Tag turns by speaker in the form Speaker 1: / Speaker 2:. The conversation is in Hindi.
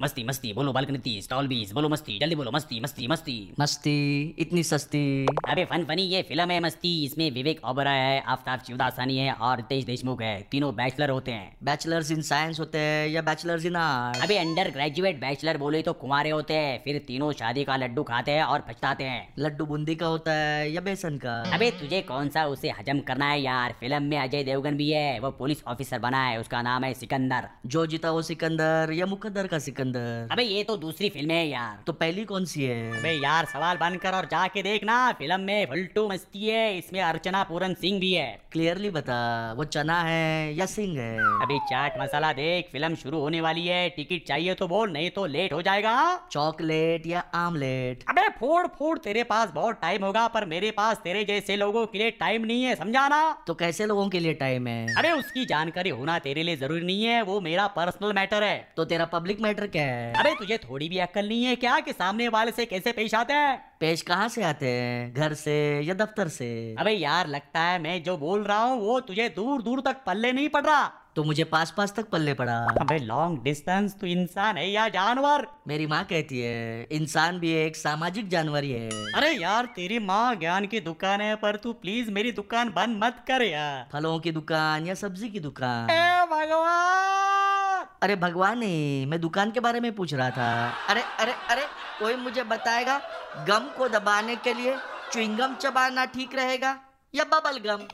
Speaker 1: मस्ती मस्ती बोलो बालकनी तीस टॉल बीस बोलो मस्ती जल्दी बोलो मस्ती मस्ती मस्ती
Speaker 2: मस्ती इतनी सस्ती
Speaker 1: अबे फन फनी ये फिल्म है मस्ती इसमें विवेक ओबराय है आफ्ताब शिवदासानी है और रितेश देशमुख है तीनों बैचलर होते हैं
Speaker 2: बैचलर्स इन साइंस होते हैं या बैचलर्स इन आर्ट
Speaker 1: अबे अंडर ग्रेजुएट बैचलर बोले तो कुंवारे होते हैं फिर तीनों शादी का लड्डू खाते हैं और पछताते हैं
Speaker 2: लड्डू बूंदी का होता है या बेसन का
Speaker 1: अबे तुझे कौन सा उसे हजम करना है यार फिल्म में अजय देवगन भी है वो पुलिस ऑफिसर बना है उसका नाम है सिकंदर
Speaker 2: जो जीता वो सिकंदर या मुकद्दर का सिकंदर
Speaker 1: अबे ये तो दूसरी फिल्म है यार
Speaker 2: तो पहली कौन सी है
Speaker 1: अबे यार सवाल बनकर और जाके देखना फिल्म में फुलटू मस्ती है इसमें अर्चना पूरन सिंह भी है
Speaker 2: क्लियरली बता वो चना है या सिंह है
Speaker 1: अभी चाट मसाला देख फिल्म शुरू होने वाली है टिकट चाहिए तो बोल नहीं तो लेट हो जाएगा
Speaker 2: चॉकलेट या आमलेट
Speaker 1: अबे फोड़ फोड़ तेरे पास बहुत टाइम होगा पर मेरे पास तेरे जैसे लोगों के लिए टाइम नहीं है समझाना
Speaker 2: तो कैसे लोगों के लिए टाइम है
Speaker 1: अरे उसकी जानकारी होना तेरे लिए जरूरी नहीं है वो मेरा पर्सनल मैटर है
Speaker 2: तो तेरा पब्लिक मैटर क्या है
Speaker 1: अबे तुझे थोड़ी भी अक्ल नहीं है क्या कि सामने वाले से कैसे पेश आता है
Speaker 2: पेश कहाँ से आते हैं घर से या दफ्तर से
Speaker 1: अबे यार लगता है मैं जो बोल रहा हूँ वो तुझे दूर दूर तक पल्ले नहीं पड़ रहा
Speaker 2: तो मुझे पास पास तक पल्ले पड़ा
Speaker 1: अबे लॉन्ग डिस्टेंस तू इंसान है या जानवर
Speaker 2: मेरी माँ कहती है इंसान भी एक सामाजिक जानवर ही है
Speaker 1: अरे यार तेरी माँ ज्ञान की दुकान है पर तू प्लीज मेरी दुकान बंद मत कर यार
Speaker 2: फलों की दुकान या सब्जी की दुकान
Speaker 1: ए भगवान
Speaker 2: अरे भगवान नहीं मैं दुकान के बारे में पूछ रहा था अरे अरे अरे कोई मुझे बताएगा गम को दबाने के लिए च्युइंगम चबाना ठीक रहेगा या बबल गम